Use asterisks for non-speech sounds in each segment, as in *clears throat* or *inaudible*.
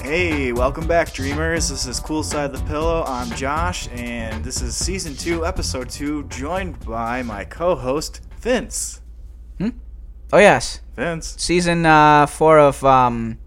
Hey, welcome back, dreamers. This is Cool Side of the Pillow. I'm Josh, and this is season two, episode two, joined by my co host, Vince. Oh yes, Vince? season uh, four of um,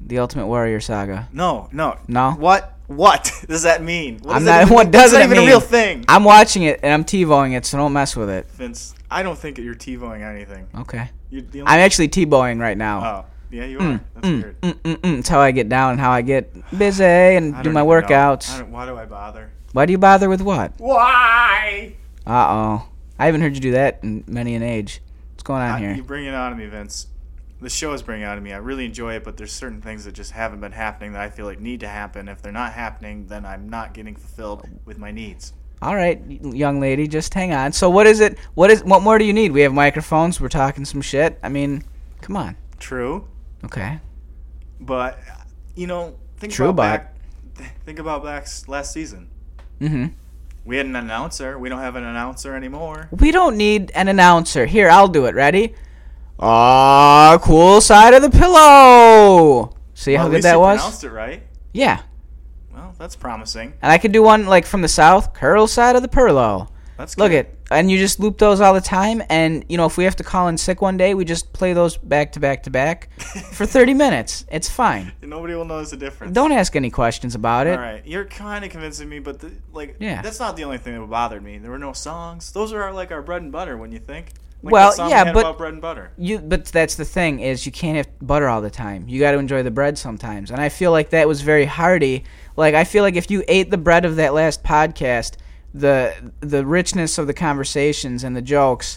the Ultimate Warrior saga. No, no. No? What? What *laughs* does that mean? What I'm does that not. even- What that's doesn't not it even mean? a real thing? I'm watching it and I'm TiVoing it, so don't mess with it. Vince, I don't think that you're TiVoing anything. Okay. You're the only- I'm actually TiVoing right now. oh, yeah, you are. That's weird. Mm, mm, mm. It's how I get down and how I get busy and I do don't my even know. I workouts. don't, why do I bother? Why do you bother with what? Why? Uh oh. I haven't heard you do that in many an age. What's going on I- here? Ah, you bring it out of me, Vince. The show is bringing it out of me. I really enjoy it, but there's certain things that just haven't been happening that I feel like need to happen. If they're not happening, then I'm not getting fulfilled with my needs. All right, young lady, just hang on. So what is it? What is? What more do you need? We have microphones. We're talking some shit. I mean, come on. True, Okay. but you know, think True, about but- back. th- Think about back s- last season. Mm-hmm. We had an announcer. We don't have an announcer anymore. We don't need an announcer. Here, I'll do it. Ready? Ah, cool side of the pillow. See how Well, at least good you that was? Pronounced it right. Yeah. Well, that's promising. And I could do one like from the south, curl side of the pillow. That's Look good. it. And you just loop those all the time and you know, if we have to call in sick one day, we just play those back to back to back for 30 minutes. It's fine. *laughs* Nobody will notice the difference. Don't ask any questions about it. All right, you're kind of convincing me, but the, like, Yeah. that's not the only thing that bothered me. There were no songs. Those are our, like our bread and butter. When you think, like Well, the song yeah, we had but- about bread and butter. You, but that's the thing is you can't have butter all the time. You got to enjoy the bread sometimes, and I feel like that was very hearty. Like I feel like if you ate the bread of that last podcast, the the richness of the conversations and the jokes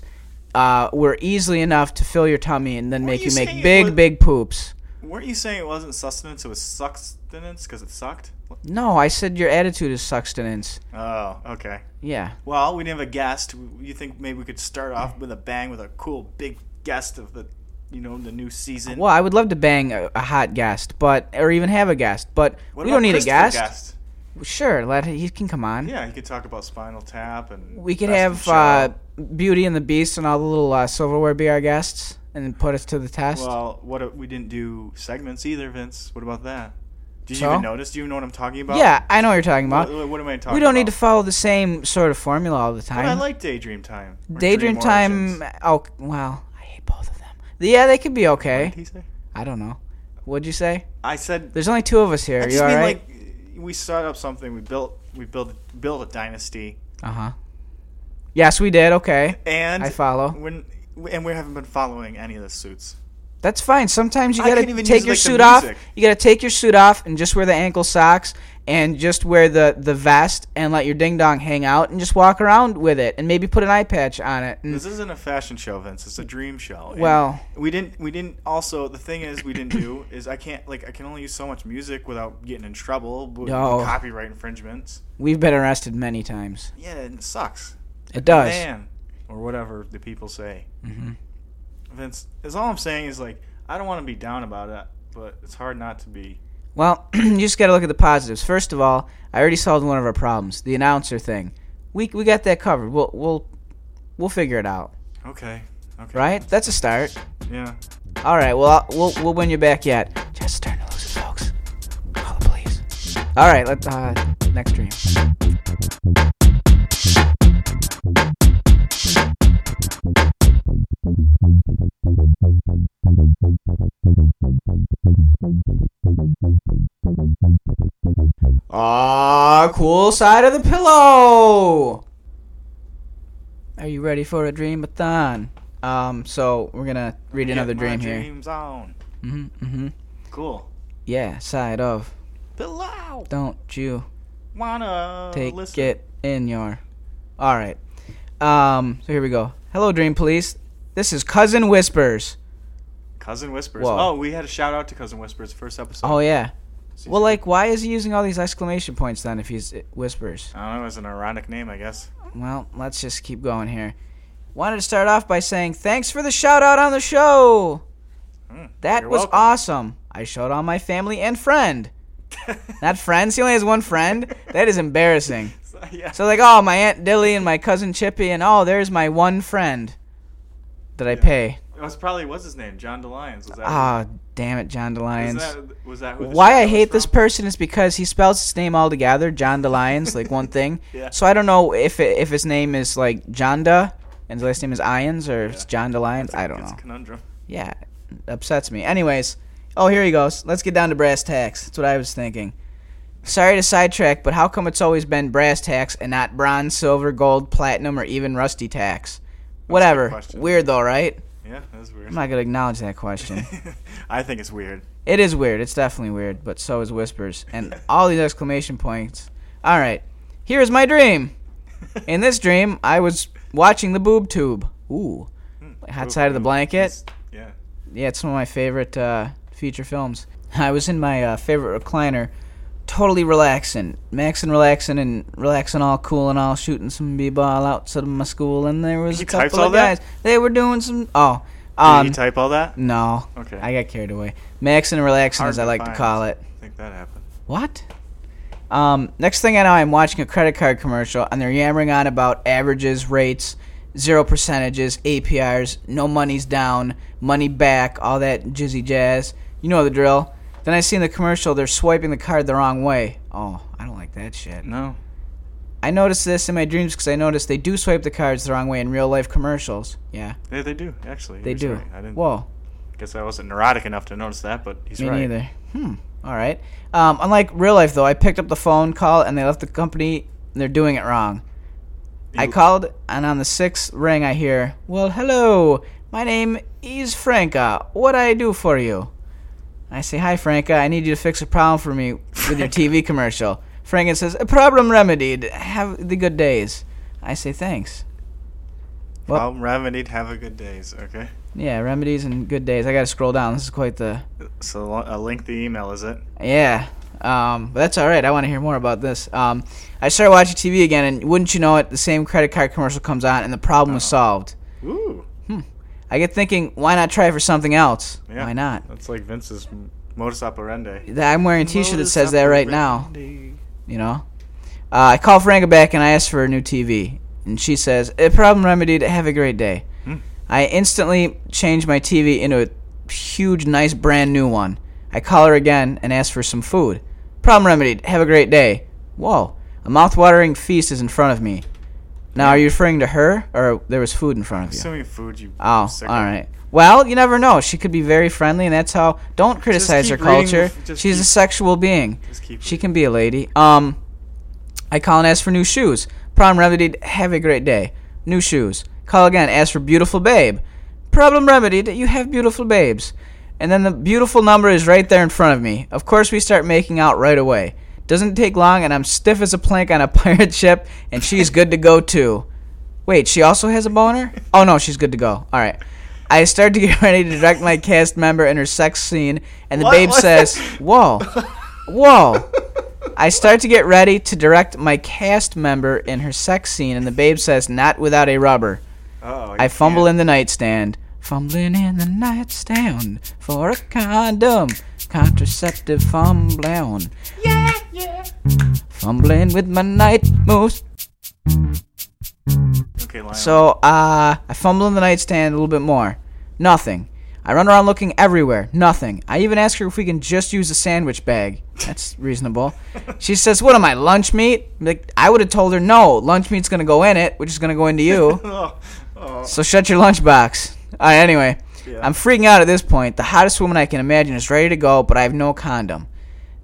uh, were easily enough to fill your tummy and then What make are you you make saying? big What- big poops. Weren't you saying it wasn't sustenance? It was sustenance because it sucked. No, I said your attitude is sustenance. Oh, okay. Yeah, Well, we didn't have a guest. You think maybe we could start off with a bang with a cool big guest of the, you know, the new season. Well, I would love to bang a, a hot guest, but or even have a guest, but What we about don't need a Christopher guest. *laughs* guest? Sure, let he can come on. Yeah, you could talk about Spinal Tap and We could Best in have Show. uh, Beauty and the Beast and all the little uh, silverware be our guests and then put us to the test. Well, what if we didn't do segments either, Vince? What about that? Did you So? even notice? Do you know what I'm talking about? yeah, I know what you're talking What, about. what am I talking? we don't need to about? follow the same sort of formula all the But I time. like Daydream Time. or Daydream Dream Time. Origins. Oh, well, I hate both of them. Yeah, they could be What okay. did he say? I don't know. What'd you say? I said. There's only two of us here. I Are just you mean alright? like we started up something. We built. We built. Built a dynasty. uh huh. Yes, we did. Okay. And I follow. when and we haven't been following any of the suits. That's fine. Sometimes you I gotta can't even take use, your like, the suit off. music. You gotta take your suit off and just wear the ankle socks and just wear the the vest and let your ding dong hang out and just walk around with it and maybe put an eye patch on it. And, This isn't a fashion show, Vince. It's a dream show. And Well- we didn't. We didn't. Also, the thing is, we didn't do is I can't like I can only use so much music without getting in trouble with No. copyright infringements. we've been arrested many times. Yeah, and it sucks. It does. Mm-hmm. Man, or whatever the people say. Vince, is all I'm saying is like I don't want to be down about it, but it's hard not to be. Well, *clears throat* you just gotta look at the positives. First of all, I already solved one of our problems, the announcer thing. We we got that covered. We'll we'll we'll figure it out. Okay. Okay. Right? That's a start. Yeah. All right. Well, I'll- we'll we'll win you back yet. Just starting to lose it, folks. Call the police. All right. Let uh, next dream. Ah, cool side of the pillow. Are you ready for a dream a thon? Um, so we're gonna read another Get my dream here. Dreams on. hmm hmm Cool. Yeah, side of. Below. Don't you Wanna take Uh, listen. it in your. All right. Um. So here we go. Hello, Dream Police. This is Cousin Whispers. Cousin Whispers. Whoa. Oh, we had a shout out to Cousin Whispers first episode. Oh yeah. Season Well, like, why is he using all these exclamation points then if he's it whispers? I don't know. It's an ironic name, I guess. Well, let's just keep going here. Wanted to start off by saying thanks for the shout out on the show. Hmm, That you're was welcome. awesome. I showed all my family and friend. *laughs* Not friends. He only has one friend. That is embarrassing. So, yeah. So like, oh, my aunt Dilly and my cousin Chippy, and oh, there's my one friend that I pay. It was probably what's his name, John DeLyons. Was that? Ah, damn it, John was DeLions. that, was that who the Why shout I was hate this *laughs* from? person is because he spells his name all together, John DeLions, like one thing. *laughs* Yeah. So I don't know if it, if his name is like Jonda and his last name is Ions or if it's John DeLions. I don't It's a know. conundrum. Yeah, it upsets me. Anyways, oh here he goes. Let's get down to brass tacks. That's what I was thinking. Sorry to sidetrack, but how come it's always been brass tacks and not bronze, silver, gold, platinum, or even rusty tacks? Whatever. question. Weird though, right? Yeah, that's weird. I'm *laughs* not gonna acknowledge that question. I think it's weird. It is weird. It's definitely weird, but so is whispers and all these exclamation points. All right, here is my dream. In this dream, I was watching the boob tube. Ooh, Hmm. hot side of the blanket. It's- Yeah. Yeah, it's one of my favorite uh, feature films. I was in my uh, favorite recliner, totally relaxing, maxing, relaxing, and relaxing all cool and all, shooting some b-ball outside of my school, and there was He a types couple all of that? guys. They were doing some. Oh, Did um, he type all that? no. Okay. I got carried away. Maxing and relaxing, Hard as I to like to find. call it. I think that happened. What? Um, next thing I know, I'm watching a credit card commercial, and they're yammering on about averages, rates, zero percentages, APRs, no money's down, money back, all that jizzy jazz. You know the drill. Then I see in the commercial they're swiping the card the wrong way. Oh, I don't like that shit. No. I noticed this in my dreams because I noticed they do swipe the cards the wrong way in real life commercials. Yeah, Yeah, they do actually. they You're do. sorry. I didn't. Whoa. Guess I wasn't neurotic enough to notice that, but he's Me right. neither. Hmm. All right. Um, unlike real life, though, I picked up the phone call and they left the company. And they're doing it wrong. I You- called, and on the sixth ring, I hear, "Well, hello. My name is Franca. What I do for you?" I say, "Hi, Franca. I need you to fix a problem for me with your TV commercial." Franca says, "A problem remedied. Have the good days." I say, "Thanks." Well- Well, remedied. Have a good days. Okay. Yeah, remedies and good days. I gotta scroll down. This is quite the So lo- a lengthy email is it? Yeah. Um, but that's all right. I want to hear more about this. Um, I started watching TV again, and wouldn't you know it, the same credit card commercial comes on, and the problem was solved. Ooh. I get thinking, why not try for something else? Yeah. Why not? That's like Vince's m- modus operandi. Th- I'm wearing a T-shirt that says that right now. You know, uh, I call Franca back and I ask for a new TV, and she says, "A problem remedied. Have a great day." I instantly change my TV into a huge, nice, brand new one. I call her again and ask for some food. Problem remedied. Have a great day. Whoa! A mouth-watering feast is in front of me. Now, are you referring to her, or there was food in front of you? Assuming food, you. Oh, sicko. all right. Well, you never know. She could be very friendly, and that's how. Don't criticize her keep reading culture. the- just She's a keep- sexual being. Just keep She can be a lady. Um, I call and ask for new shoes. Problem remedied. Have a great day. New shoes. Call again. Ask for beautiful babe. Problem remedied. You have beautiful babes. And then the beautiful number is right there in front of me. Of course, we start making out right away. Doesn't take long, and I'm stiff as a plank on a *laughs* pirate ship, and she's good to go too. Wait, she also has a boner? Oh no, she's good to go. All right. I start to get *laughs* ready to direct my cast member in her sex scene, and the What babe was says, "Whoa, whoa." *laughs* I start to get ready to direct my cast member in her sex scene, and the babe says, "Not without a rubber." *laughs* Oh. I fumble in the nightstand, fumbling in the nightstand for a condom, contraceptive fumbling. Yeah, yeah. Fumbling with my night moose. Okay, Lionel. So uh, I fumble in the nightstand a little bit more. Nothing. I run around looking everywhere. Nothing. I even ask her if we can just use the sandwich bag. That's *laughs* reasonable. she says, "What am I, lunch meat?" Like I would have told her, "No, lunch meat's gonna go in it, which is gonna go *laughs* into you." *laughs* Oh, oh. So shut your lunchbox. All right, anyway. Yeah. I'm freaking out at this point. The hottest woman I can imagine is ready to go, but I have no condom.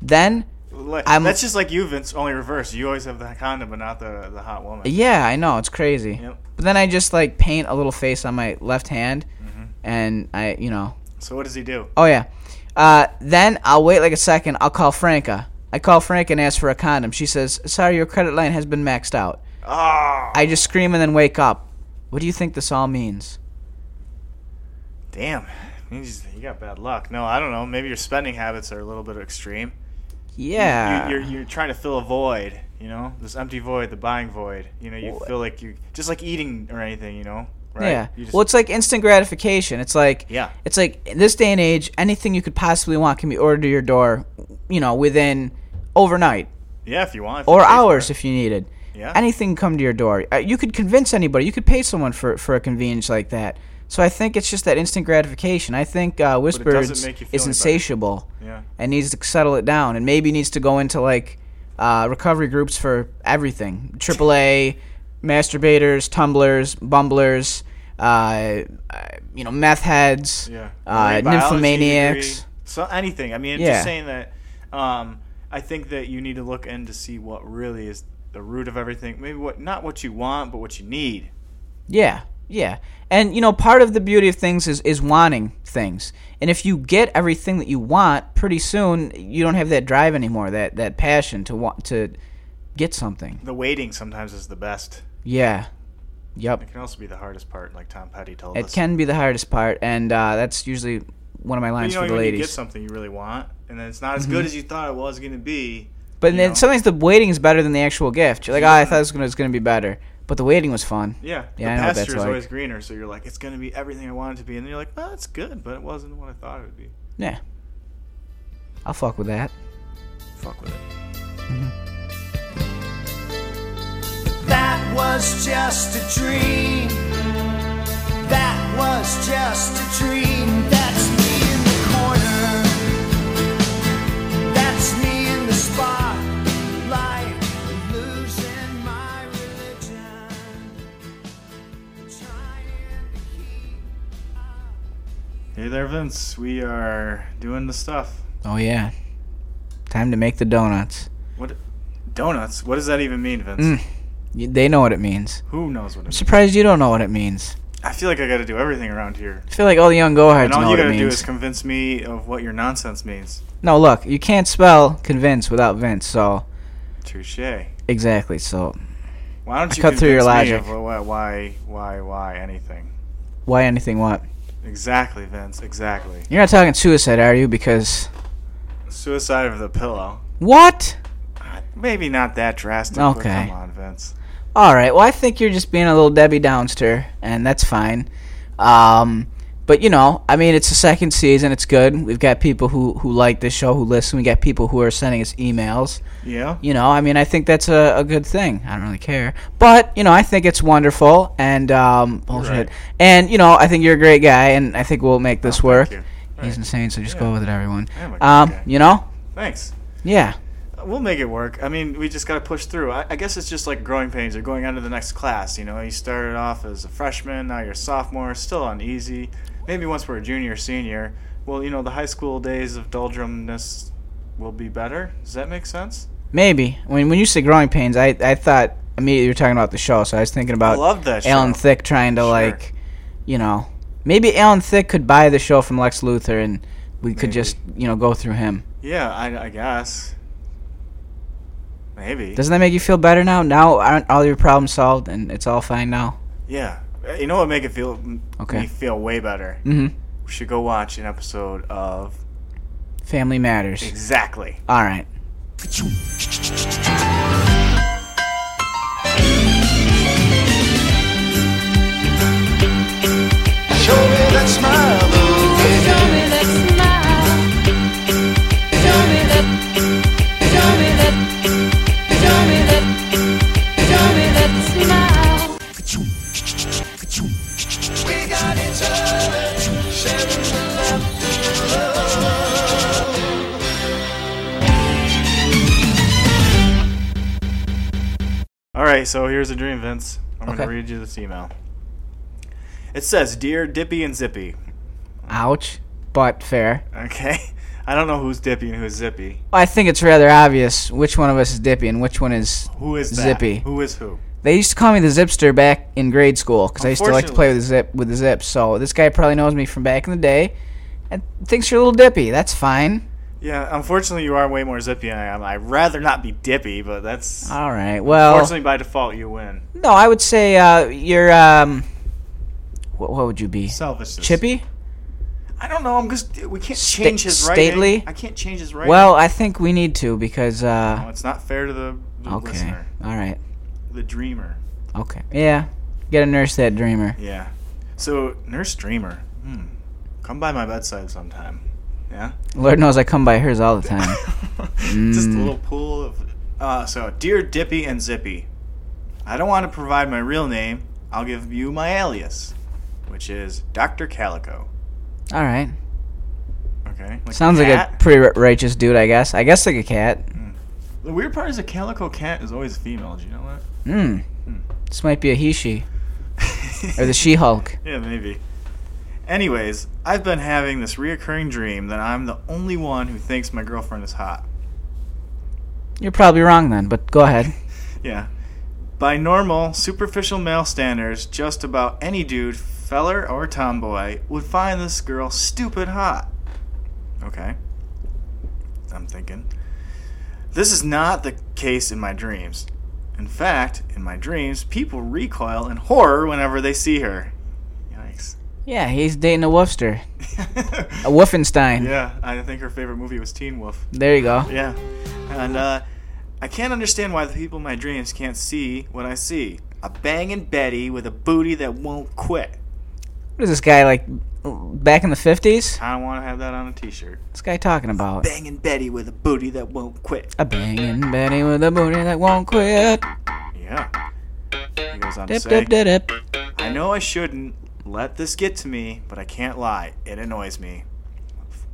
Then, Like, I'm- that's just like you, Vince. Only reverse. You always have the condom, but not the the hot woman. yeah, I know, it's crazy. Yep. But then I just like paint a little face on my left hand and I, you know, So what does he do? Oh yeah. Uh, then I'll wait like a second. I'll call Franca. I call Franca and ask for a condom. She says, "Sorry, your credit line has been maxed out." Oh, I just scream and then wake up. What do you think this all means? damn. You, just, you got bad luck. No, I don't know. Maybe your spending habits are a little bit extreme. Yeah. You, you're, you're trying to fill a void, you know? This empty void, the buying void. You know, you Wh- feel like you. Just like eating or anything, you know? right? Yeah. You just- well, it's like instant gratification. It's like Yeah. It's like in this day and age, anything you could possibly want can be ordered to your door, you know, within overnight yeah, if you want. if you or pay for hours it. if you needed. Yeah. Anything come to your door. Uh, You could convince anybody. You could pay someone for for a convenience like that. So I think it's just that instant gratification. I think uh, Whisper doesn't is make you feel is any better. insatiable Yeah. and needs to settle it down, and maybe needs to go into like uh, recovery groups for everything: AAA, masturbators, tumblers, bumblers, uh, uh, you know, meth heads. Yeah. Uh, Marine biology nymphomaniacs. degree, So anything. I mean, I'm Yeah. just saying that. Um, I think that you need to look in to see what really is the root of everything. Maybe what not what you want, but what you need. Yeah, yeah. And you know, part of the beauty of things is is wanting things. And if you get everything that you want, pretty soon you don't have that drive anymore, that that passion to want to get something. The waiting sometimes is the best. Yeah. Yep. It can also be the hardest part, like Tom Petty told It us. can be the hardest part, and uh, that's usually one of my But lines you know, for the when ladies. Mm-hmm. you get something you really want, and then it's not as good as you thought it was going to be. but you then know. sometimes the waiting is better than the actual gift. You're like, oh, I thought it was gonna, it's gonna be better, but the waiting was fun. Yeah, Yeah, I the know what pasture that's is like. always greener, so you're like, it's going to be everything I want it to be, and then you're like, well, it's good, but it wasn't what I thought it would be. Yeah. I'll fuck with that. Fuck with it. That was just a dream. That was just a dream. That's me in the corner. That's me in the spotlight. Losing my religion. Trying to keep up. Hey there, Vince. We are doing the stuff. Oh yeah. Time to make the donuts. What donuts? What does that even mean, Vince? Mm. Y- They know what it means. Who knows what it means? Surprised you don't know what it means. I feel like I got to do everything around here, I feel like all the young gohards and know all you what got it to do means. is convince me of what your nonsense means. no, look, you can't spell convince without Vince. So Touche. exactly. So Why don't I you cut through your convince me logic. of why, why, why, why anything? why anything what? Exactly, Vince. Exactly. You're not talking suicide, are you? Because Suicide of the pillow. Uh, what? Maybe not that drastic. but Okay. Come on, Vince. All right. Well, I think you're just being a little Debbie Downster, and that's fine. Um, but you know, I mean, it's the second season. It's good. We've got people who who like this show, who listen. We got people who are sending us emails. Yeah. You know, I mean, I think that's a, a good thing. I don't really care, but you know, I think it's wonderful and um, bullshit. right. And you know, I think you're a great guy, and I think we'll make this work. Oh, you. He's Right. insane, so just Yeah. go with it, everyone. I am a great Um, guy. you know, Thanks. yeah, We'll make it work. I mean, we just got to push through. I, I guess it's just like growing pains or going on to the next class. You know, you started off as a freshman, now you're a sophomore, still uneasy. Maybe once we're a junior or senior, well, you know, the high school days of doldrumness will be better. Does that make sense? maybe. When when you say growing pains, I I thought immediately you were talking about the show, so I was thinking I about love that show. Uh, Alan Thick trying to Sure. like, you know, maybe Alan Thick could buy the show from Lex Luthor, and we could Maybe. just you know go through him. Yeah, I, I guess. Maybe. Doesn't that make you feel better now? Now aren't all your problems solved, and it's all fine now? yeah. Uh, You know what make it feel m- Okay. me feel way better? Mm-hmm. We should go watch an episode of Family matters. Exactly. All right. Show me that smile. Show me that smile. Show me that. Show me that. Show me that. Show me that smile. We got each other. Sharing the love. All right, so here's a dream, Vince. I'm going Okay. to read you this email. It says, Dear Dippy and Zippy. *laughs* Ouch. But fair. Okay? I don't know who's Dippy and who's Zippy. I think it's rather obvious which one of us is Dippy and which one is. Who is that? Zippy. Who is who? They used to call me the Zipster back in grade school because I used to like to play with the zip with the zips. So this guy probably knows me from back in the day, and thinks you're a little Dippy. That's fine. Yeah, unfortunately, you are way more Zippy than I am. I'd rather not be Dippy, but that's. All right. Well, Fortunately, by default, you win. no, I would say uh, you're. Um, what, what would you be? Selfish. Chippy. I don't know. I'm just. We can't Sta- change his writing. stately? I can't change his writing. Well, I think we need to because. No, Uh, it's not fair to the, the okay. listener, All right. the dreamer. Okay. Yeah. Gotta nurse that dreamer. Yeah. So nurse dreamer, hmm. come by my bedside sometime. Yeah. Lord knows I come by hers all the time. Just Mm. a little pool of. Uh, so, dear Dippy and Zippy, I don't want to provide my real name. I'll give you my alias, which is Doctor Calico. all right. Okay. Like Sounds like a cat. pretty ri- righteous dude, I guess. I guess like a cat. The weird part is a calico cat is always female. Do you know what? Hmm. This might be a he she *laughs* or the she Hulk. Yeah, maybe. Anyways, I've been having this reoccurring dream that I'm the only one who thinks my girlfriend is hot. You're probably wrong then, but go *laughs* ahead. Yeah. By normal, superficial male standards, just about any dude, feller or tomboy, would find this girl stupid hot. Okay. I'm thinking. This is not the case in my dreams. In fact, in my dreams, people recoil in horror whenever they see her. Yikes. *laughs* Yeah, he's dating a woofster, a Wolfenstein. yeah, I think her favorite movie was Teen Wolf. There you go. Yeah. And uh, I can't understand why the people in my dreams can't see what I see. A banging Betty with a booty that won't quit. What is this guy like? Back in the fifties? I don't want to have that on a t shirt. This guy talking about Banging Betty with a booty that won't quit. a banging Betty with a booty that won't quit. Yeah. He goes on to Dip, say, dip, dip, dip. I know I shouldn't let this get to me, but I can't lie. It annoys me.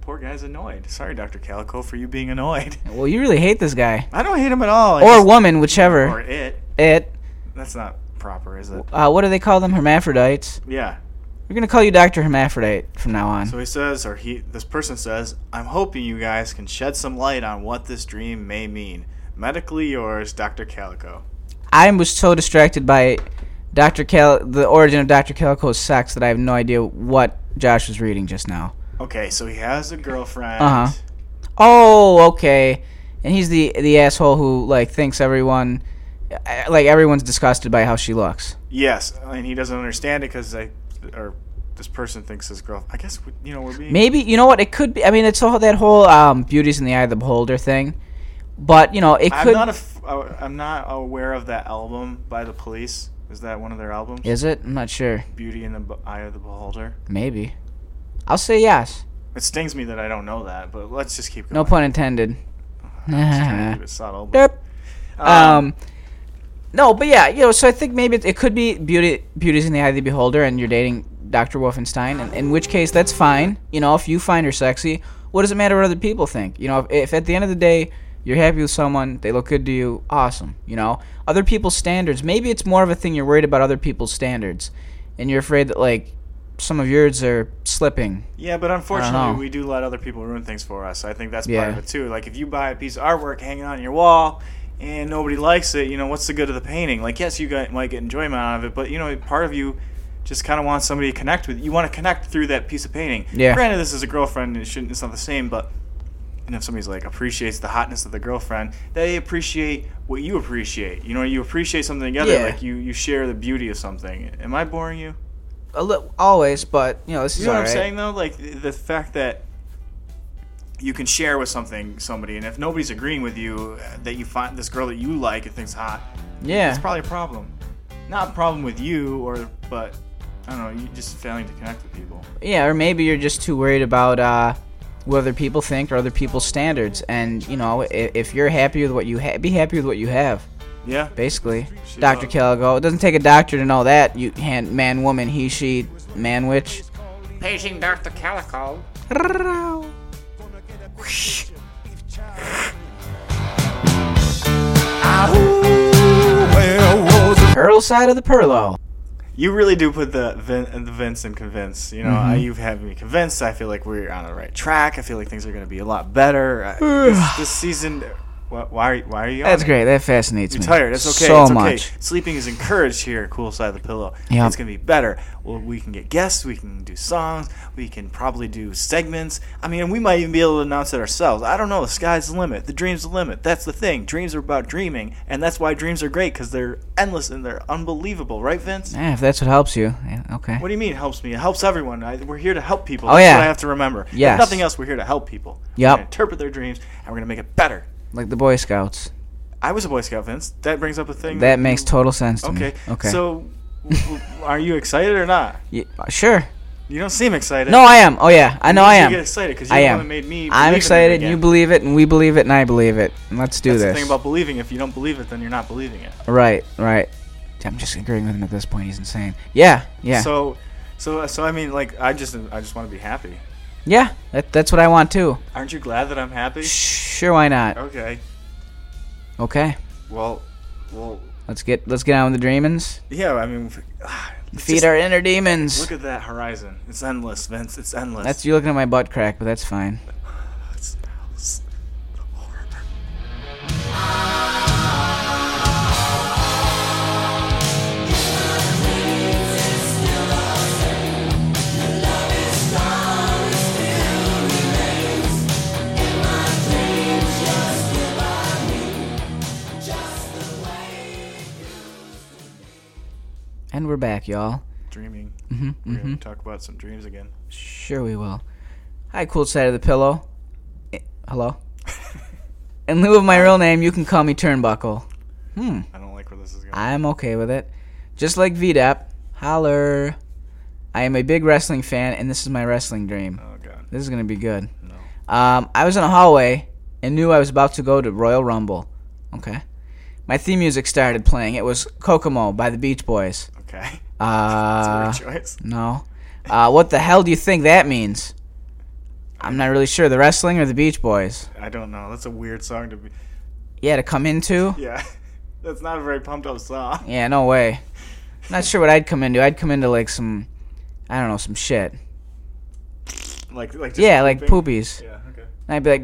Poor guy's annoyed. Sorry, Dr. Calico, for you being annoyed. *laughs* Well, you really hate this guy I don't hate him at all. I or just- woman, whichever. Or it. it. That's not proper, is it? Uh, what do they call them? Hermaphrodites. Yeah. We're gonna call you Doctor Hermaphrodite from now on. So he says, or he, this person says, I'm hoping you guys can shed some light on what this dream may mean. Medically yours, Dr. Calico. I was so distracted by Dr. Cal, the origin of Dr. Calico's sex, that I have no idea what Josh was reading just now. Okay, so he has a girlfriend. Uh-huh. Oh, okay. And he's the the asshole who like thinks everyone, I- like everyone's disgusted by how she looks. Yes, and he doesn't understand it because I, or this person thinks his girl. I guess we, you know we're being. Maybe you know what it could be. I mean, it's all that whole um, "beauty's in the eye of the beholder" thing. But you know, it I'm could. not a. f- uh, I'm not aware of that album by the Police. Is that one of their albums? Is it? I'm not sure. Beauty in the B- Eye of the Beholder. Maybe. I'll say yes. It stings me that I don't know that, but let's just keep going. No pun intended. Just *laughs* trying to keep it subtle. but- Derp. Um, no, but yeah, you know. So I think maybe it, it could be beauty, beauty's in the eye of the beholder, and you're dating Dr. Wolfenstein, and in which case that's fine. You know, if you find her sexy, what does it matter what other people think? You know, if, if at the end of the day you're happy with someone, they look good to you, awesome. You know, other people's standards. Maybe it's more of a thing you're worried about other people's standards, and you're afraid that like some of yours are slipping. Yeah, but unfortunately, know. we do let other people ruin things for us. I think that's part Uh-huh. Yeah. of it too. Like if you buy a piece of artwork hanging on your wall and nobody likes it, you know, what's the good of the painting? Like yes, you got, might get enjoyment out of it, but you know, part of you just kind of wants somebody to connect with. You want to connect through that piece of painting. Yeah. Granted, this is a girlfriend; and it shouldn't. It's not the same, but and if somebody's like appreciates the hotness of the girlfriend, they appreciate what you appreciate. You know, you appreciate something together. Yeah. Like you, you share the beauty of something. Am I boring you? A li- always, but you know this is You know what all I'm right. saying though? Like th- the fact that you can share with something somebody, and if nobody's agreeing with you, uh, that you find this girl that you like and thinks hot, Yeah. it's probably a problem. Not a problem with you, or but I don't know, you just failing to connect with people. Yeah, or maybe you're just too worried about uh, what other people think or other people's standards. And you know, if, if you're happy with what you have, be happy with what you have. Yeah, Basically, She Doctor Caligo. It doesn't take a doctor to know that. You hand man, woman, he, she, man, witch. Paging Dr. Calico. Pearl side of the Perlo. you really do put the Vin, the Vince and convince. You know, I, you've had me convinced. I feel like we're on the right track. I feel like things are going to be a lot better I, this, this season. uh, Wh- Why? are you- Why are you? on That's it? great. That fascinates You're me. tired. It's okay. So it's okay. much. Sleeping is encouraged here at Cool Side of the Pillow. Yeah. It's going to be better. Well, we can get guests. We can do songs. We can probably do segments. I mean, we might even be able to announce it ourselves. I don't know. The sky's the limit. The dream's the limit. That's the thing. Dreams are about dreaming. And that's why dreams are great because they're endless and they're unbelievable. Right, Vince? Yeah, if that's what helps you. Yeah, okay. What do you mean helps me? It helps everyone. I, we're here to help people. Oh, That's yeah. what I have to remember. If Yes. nothing else, we're here to help people. Yup. We're gonna interpret their dreams and we're going to make it better. Like the Boy Scouts. I was a Boy Scout, Vince. That brings up a thing. That you- makes total sense to me. Okay. Okay. So w- are you excited or not? Yeah, sure. You don't seem excited. No, I am. Oh yeah, I know I You am. get excited because I you're the am. one that made me. believe in I'm it excited. again. You believe it, and we believe it, and I believe it. And let's do That's this. the thing about believing. If you don't believe it, then you're not believing it. right, right. I'm just agreeing with him at this point. He's insane. Yeah, yeah, So, so, so I mean, like, I just, I just want to be happy. yeah. That, that's what I want too. Aren't you glad that I'm happy? Sure, why not? Okay. Okay, Well, well, let's get let's get on with the dreamings. yeah. I mean, ah, it's Feed just- our inner demons. Look at that horizon. It's endless, Vince. It's endless. That's you looking at my butt crack, but that's fine. And we're back, y'all. dreaming. Mm-hmm, We're gonna talk about some dreams again. Sure, we will. Hi, cool side of the pillow. Eh, *laughs* Hello. In lieu of my real name, you can call me Turnbuckle. I don't like where this is going. I'm okay with it. Just like VDAP, holler. I am a big wrestling fan, and this is my wrestling dream. oh *laughs* God. This is gonna be good. No. Um, I was in a hallway and knew I was about to go to Royal Rumble. Okay. My theme music started playing. It was Kokomo by the Beach Boys. Okay. *laughs* Uh, That's a weird choice. no. Uh, what the hell do you think that means? I'm not really sure. The wrestling or the Beach Boys? I don't know. That's a weird song to be. Yeah, to come into? Yeah. *laughs* That's not a very pumped up song. *laughs* Yeah, no way. Not sure what I'd come into. I'd come into like some, I don't know, some shit. Like, like. Just Yeah, like pooping. poopies. Yeah. Okay. And I'd be like,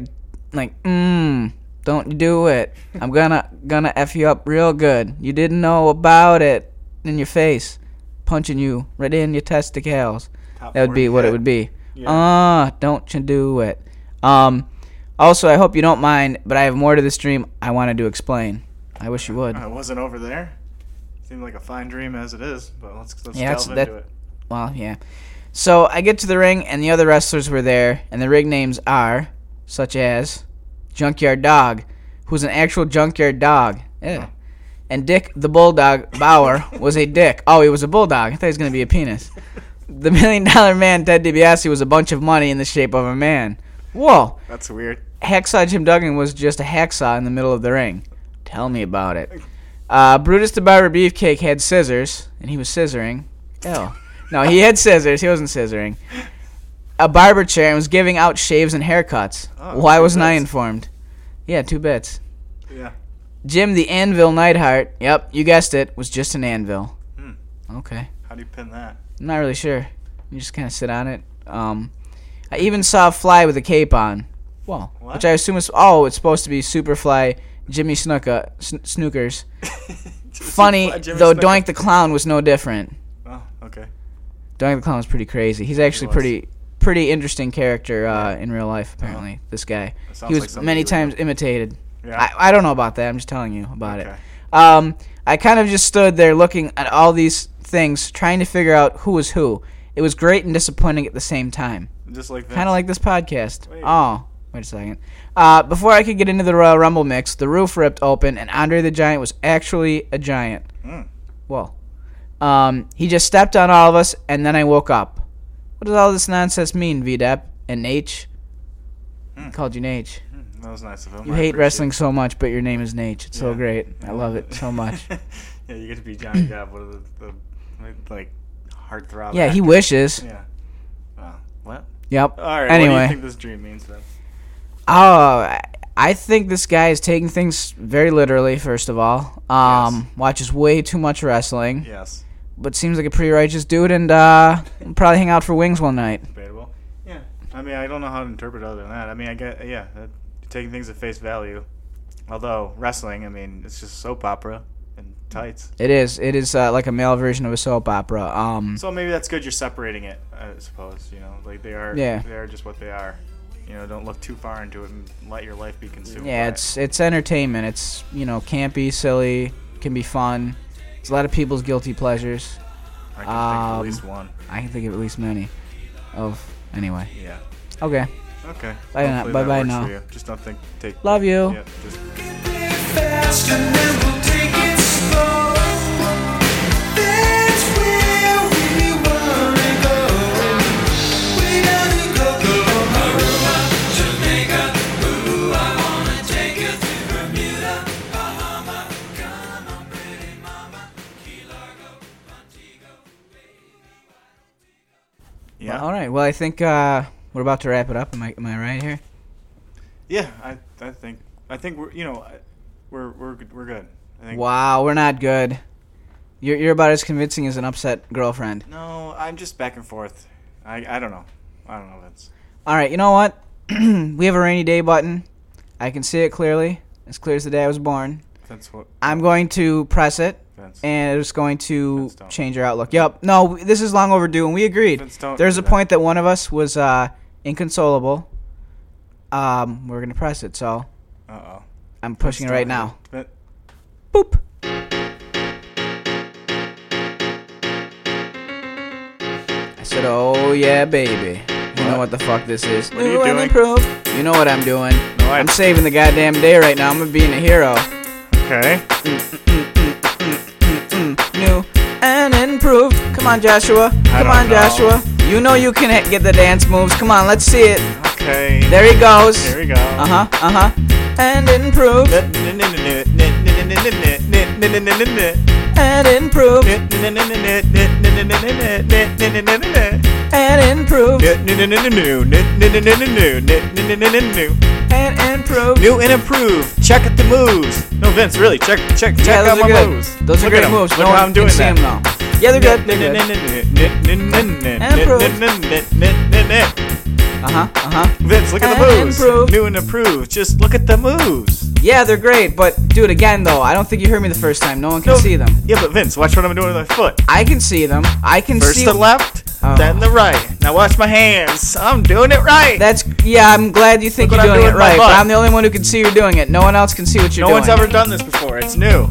like, mmm, don't do it. I'm gonna gonna f you up real good. You didn't know about it in your face, punching you right in your testicles. Top That would be 40 what it hit. would be. Yeah. Ah, don't you do it. Um, also, I hope you don't mind, but I have more to this dream I wanted to explain. I wish *laughs* you would. *laughs* I wasn't over there. Seemed like a fine dream as it is, but let's let's Yeah, delve that's- into that- it. Well, yeah. So I get to the ring, and the other wrestlers were there, and the ring names are such as Junkyard Dog, who's an actual junkyard dog. Yeah. And Dick the Bulldog Bauer was a dick. Oh, he was a bulldog. I thought he was going to be a penis. The Million Dollar Man Ted DiBiase was a bunch of money in the shape of a man. Whoa. That's weird. Hacksaw Jim Duggan was just a hacksaw in the middle of the ring. Tell me about it. Uh, Brutus the Barber Beefcake had scissors, and he was scissoring. Ew. No, he had scissors. He wasn't scissoring. A barber chair and was giving out shaves and haircuts. Oh, Why two wasn't I bits. informed? Yeah, two bits. Yeah. Jim the Anvil Nightheart, yep, you guessed it, was just an anvil. Hmm. Okay. How do you pin that? I'm not really sure. You just kind of sit on it. Um, I even saw a fly with a cape on. Well, What? which I assume is oh, it's supposed to be Superfly Jimmy Snooka sn- Snookers. *laughs* *laughs* Funny Jimmy though, Snuka. Doink the Clown was no different. Oh, okay. Doink the Clown was pretty crazy. He's actually was. Uh-huh. pretty pretty interesting character uh, in real life. Apparently, this guy That sounds he like was something many you would times imitated. Yeah. I, I don't know about that. I'm just telling you about Okay. it. Um, I kind of just stood there looking at all these things, trying to figure out who was who. It was great and disappointing at the same time. Just like Vince. Kind of like this podcast. Wait. Oh, wait a second. Uh, before I could get into the Royal Rumble mix, the roof ripped open, and Andre the Giant was actually a giant. Mm. Whoa. Um, he just stepped on all of us, and then I woke up. What does all this nonsense mean, VDEP? And H? Called you Nate. That was nice of him. You Hmm. I hate appreciate wrestling so much, but your name is Nate. It's so Yeah. great. I Yeah. love it so much. it. *laughs* yeah, you get to be Johnny Depp, one of the, the like heartthrob. yeah, he actors. wishes. Yeah. Wow. What? Yep. All right. What do you anyway, think this dream means then? oh, I- I think this guy is taking things very literally. First of all, um, watches way too much wrestling, Yes. but seems like a pretty righteous dude, and uh, will probably hang out for wings one night. Debatable. Yeah. I mean, I don't know how to interpret other than that. I mean, I get yeah, that, taking things at face value. Although wrestling, I mean, it's just soap opera and tights. It is. It is uh, like a male version of a soap opera. Um, So maybe that's good. You're separating it, I suppose. You know, like they are. Yeah. They are just what they are. You know, don't look too far into it and let your life be consumed. by yeah, it. it's it's entertainment. It's you know campy, silly, can be fun. It's a lot of people's guilty pleasures. I can think of um, at least one. I can think of at least many. Of anyway. Yeah. Okay. Okay. Bye now- Hopefully bye that bye works now. for you. Just don't think. Take. Love you. Yeah. Just Fast and then we'll take it slow. There's right. Well, I think uh, we're about to wrap it up. Am I am I right here? Yeah, I I think I think we're you know I- we're we're good- we're good. I think. Wow, we're not good. You're you're about as convincing as an upset girlfriend. No, I'm just back and forth. I I don't know. I don't know Vince. All right, you know what? *clears throat* we have a rainy day button. I can see it clearly, as clear as the day I was born. That's what I'm going to press it, Vince. and it's going to Vince, don't. change our outlook. Yep. No, this is long overdue, and we agreed. Vince, don't There's do a that. point that one of us was uh, inconsolable. Um, we're gonna press it, so uh oh. I'm pushing it right now. Vin- Boop. I said, "Oh yeah, baby." You know what the fuck this is? What are you doing? You know what I'm doing. No, I- I'm saving the goddamn day right now. I'm being a hero. Okay. New and improved. Come on, Joshua. Come don't on, know. Joshua. You know you can hit- get the dance moves. Come on, let's see it. Okay. There he goes. There we go. Uh huh. Uh huh. And improved. And improved. And improved. And improved. New and improved. Check out the moves. No, Vince, really. Check, check, check yeah, those out my are good. moves. Those are Look at great 'em. moves. Look no how one I'm doing can see that. 'em now. Yeah, they're good. They're good. *laughs* Uh huh. Uh huh. Vince, look at And the moves. improved. New and improved. Just look at the moves. Yeah, they're great. But dude, again though, I don't think you heard me the first time. No one can No. see them. Yeah, but Vince, watch what I'm doing with my foot. I can see them. I can First see the left, Oh. then the right. Now watch my hands. I'm doing it right. That's yeah. I'm glad you think Look you're what I'm doing it doing with my right, but butt. I'm the only one who can see you're doing it. No one else can see what you're no doing. one's ever done this before. It's new.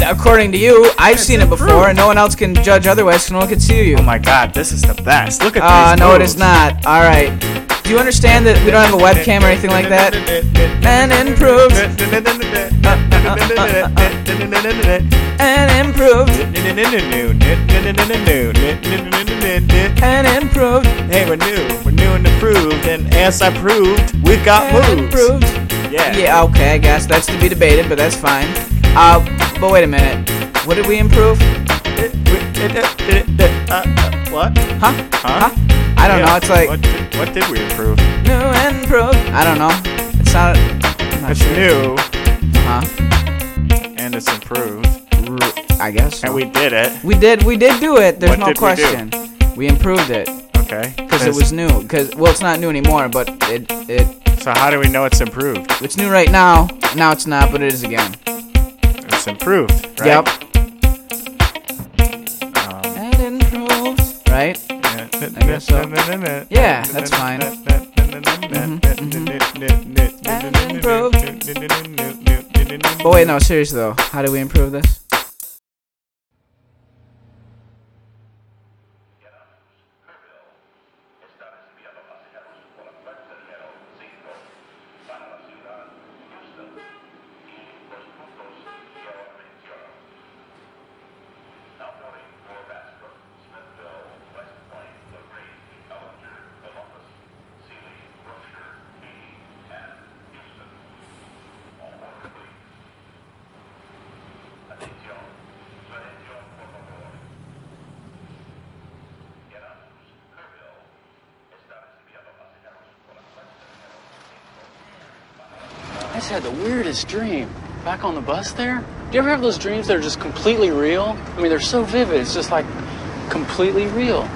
According to you, I've seen it before, improved. and no one else can judge otherwise. 'cause No one can see you. Oh my god, this is the best. Look at Uh, these no, it moves. is not. All right. Do you understand that we don't have a webcam or anything like *laughs* that? And improved. And improved. And improved. Hey, we're new. We're new and improved. And as I proved, we've got And moves. improved. Yeah. Yeah. Okay. I guess that's to be debated, but that's fine. Uh, but wait a minute. What did we improve? Uh, uh, what? Huh? Huh? I don't Yeah. know. It's like What did, what did we improve? new and improved. I don't know. It sounded. I'm not It's sure. new Huh? and it's improved. I guess. And so. we did it. We did. We did do it. There's What no did we question. do? We, improved it Okay. because it was new. Because well, it's not new anymore, but it it So how do we know it's improved? it's new right now. Now it's not, but it is again. It's improved, right? Um, Yep. And improved. Right. I guess so. Yeah, that's fine. Mm-hmm. And improved. But wait, no. Serious though. How do we improve this? I just had the weirdest dream. Back on the bus there? Do you ever have those dreams that are just completely real? I mean, they're so vivid, it's just like completely real.